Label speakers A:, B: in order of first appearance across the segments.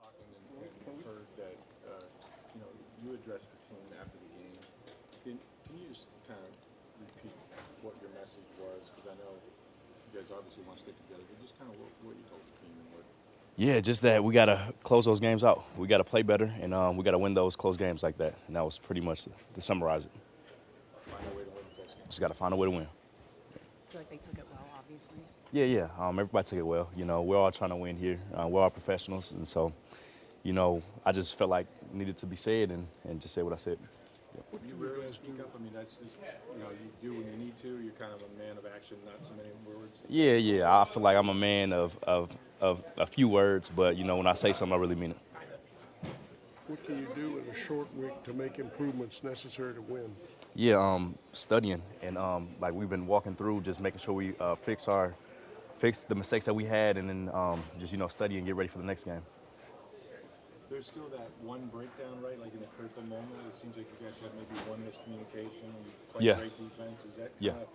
A: uh, addressed the team after the game. Can, can you just kind of repeat what your message was? Because I know you guys obviously want to stick together, but just kind of what, what you told the team and what.
B: Yeah, just that we gotta close those games out. We gotta play better, and um, we gotta win those close games like that. And that was pretty much to summarize it.
A: Find a way to win the best game.
B: Just gotta find a way to win.
C: I feel like they took it well, obviously.
B: Yeah, yeah. Um, everybody took it well. You know, we're all trying to win here. Uh, we're all professionals, and so, you know, I just felt like it needed to be said and, and just say what I said.
A: What do you really speak up? I mean, that's just, you know, you do when you need to. You're kind of a man of action, not so many words.
B: Yeah, yeah. I feel like I'm a man of of, of a few words, but you know, when I say something, I really mean it.
D: What can you do in a short week to make improvements necessary to win?
B: Yeah, um, studying and um, like we've been walking through, just making sure we uh, fix our fix the mistakes that we had, and then um, just you know study and get ready for the next game.
A: There's still that one breakdown, right? Like in the critical moment, it seems like you guys have maybe one miscommunication. You play
B: Yeah.
A: great defense. Is that
B: Yeah.
A: kind of,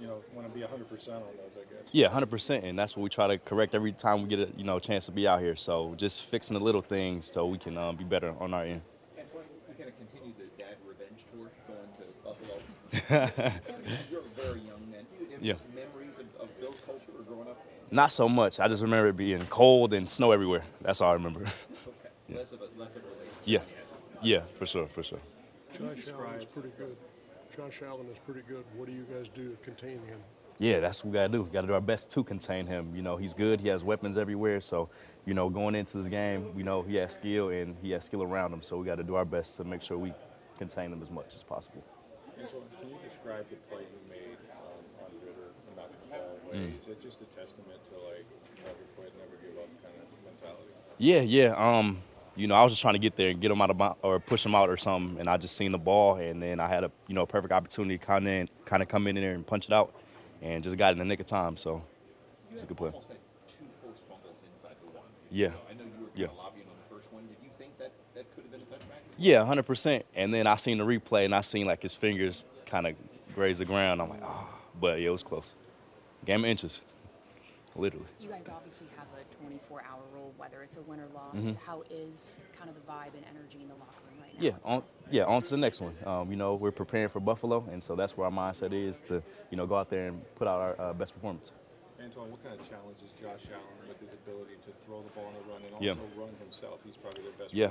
A: you know, want to be 100% on those, I guess.
B: Yeah, hundred percent, and that's what we try to correct every time we get a you know chance to be out here. So just fixing the little things so we can um, be better on our end.
E: Antoine, we kind of continue the dad revenge tour going to Buffalo. You're very young man. Do you have
B: Yeah.
E: memories of, of Bill's culture or growing up?
B: Not so much. I just remember it being cold and snow everywhere. That's all I remember.
E: Okay. Less of a less of a relationship.
B: yeah, yeah, for sure, for sure.
D: Josh Allen is pretty good. Josh Allen is pretty good. What do you guys do to contain him?
B: Yeah, that's what we gotta do. We gotta do our best to contain him. You know, he's good. He has weapons everywhere. So, you know, going into this game, you know, he has skill and he has skill around him. So we gotta do our best to make sure we contain him as much as possible.
A: Antoine, can you describe the play you made on, on Ritter and not the ball
B: Mm.
A: away? Is that just a testament to like never quit, never give up kind of mentality?
B: Yeah, yeah. Um, you know, I was just trying to get there and get him out of my, or push him out or something, and I just seen the ball, and then I had a you know perfect opportunity to kind of kind of come in there and punch it out, and just got it in the nick of time. So
E: You
B: It's a
E: had
B: good play.
E: Almost had two forced fumbles inside the one.
B: Yeah.
E: So I know you were kind
B: Yeah.
E: of lobbying on the first one. Did you think that that could have been a touchback?
B: yeah, hundred percent. And then I seen the replay, and I seen like his fingers kind of graze the ground. I'm like, ah, but yeah, it was close. Game of inches, literally.
C: You guys obviously have a 24-hour rule, whether it's a win or loss. How is kind of the vibe and energy in the locker room right now?
B: Mm-hmm. Yeah, on, yeah, on to the next one. Um, you know, we're preparing for Buffalo, and so that's where our mindset is to, you know, go out there and put out our uh, best performance.
A: Antoine, what kind of challenges Josh Allen with his ability to throw the ball on the run and
B: Yeah.
A: also run himself? He's probably their best.
B: Yeah.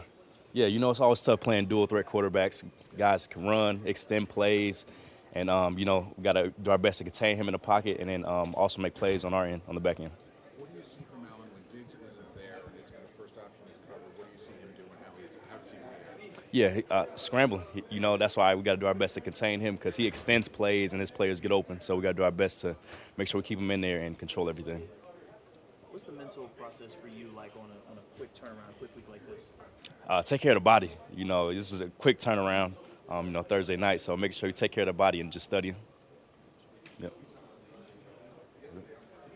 B: Yeah, you know, it's always tough playing dual threat quarterbacks. Guys can run, extend plays, and, um, you know, we got to do our best to contain him in the pocket and then um, also make plays on our end, on the back end.
F: What do you see from Allen when Diggs isn't there and his kind of first option is covered? What do you see him doing? How, he, how does he react?
B: Yeah, he- uh, scrambling. He- You know, that's why we got to do our best to contain him because he extends plays and his players get open. So we got to do our best to make sure we keep him in there and control everything.
G: What's the mental process for you like on a, on a quick turnaround, quick week like this?
B: uh, take care of the body. You know, this is a quick turnaround. Um, you know, Thursday night, so make sure you take care of the body and just study. Yep.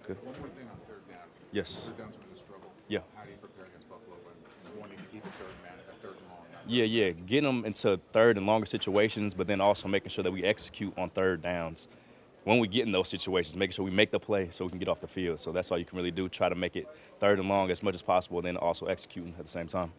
B: Good.
F: One more thing on third down.
B: Yes.
F: Third down's been a struggle.
B: Yeah.
F: How do you prepare against Buffalo when you wanting to keep a third man at a third and long? not-
B: Yeah, yeah. Getting them into third and longer situations, but then also making sure that we execute on third downs. When we get in those situations, making sure we make the play so we can get off the field. So that's all you can really do. Try to make it third and long as much as possible, and then also executing at the same time.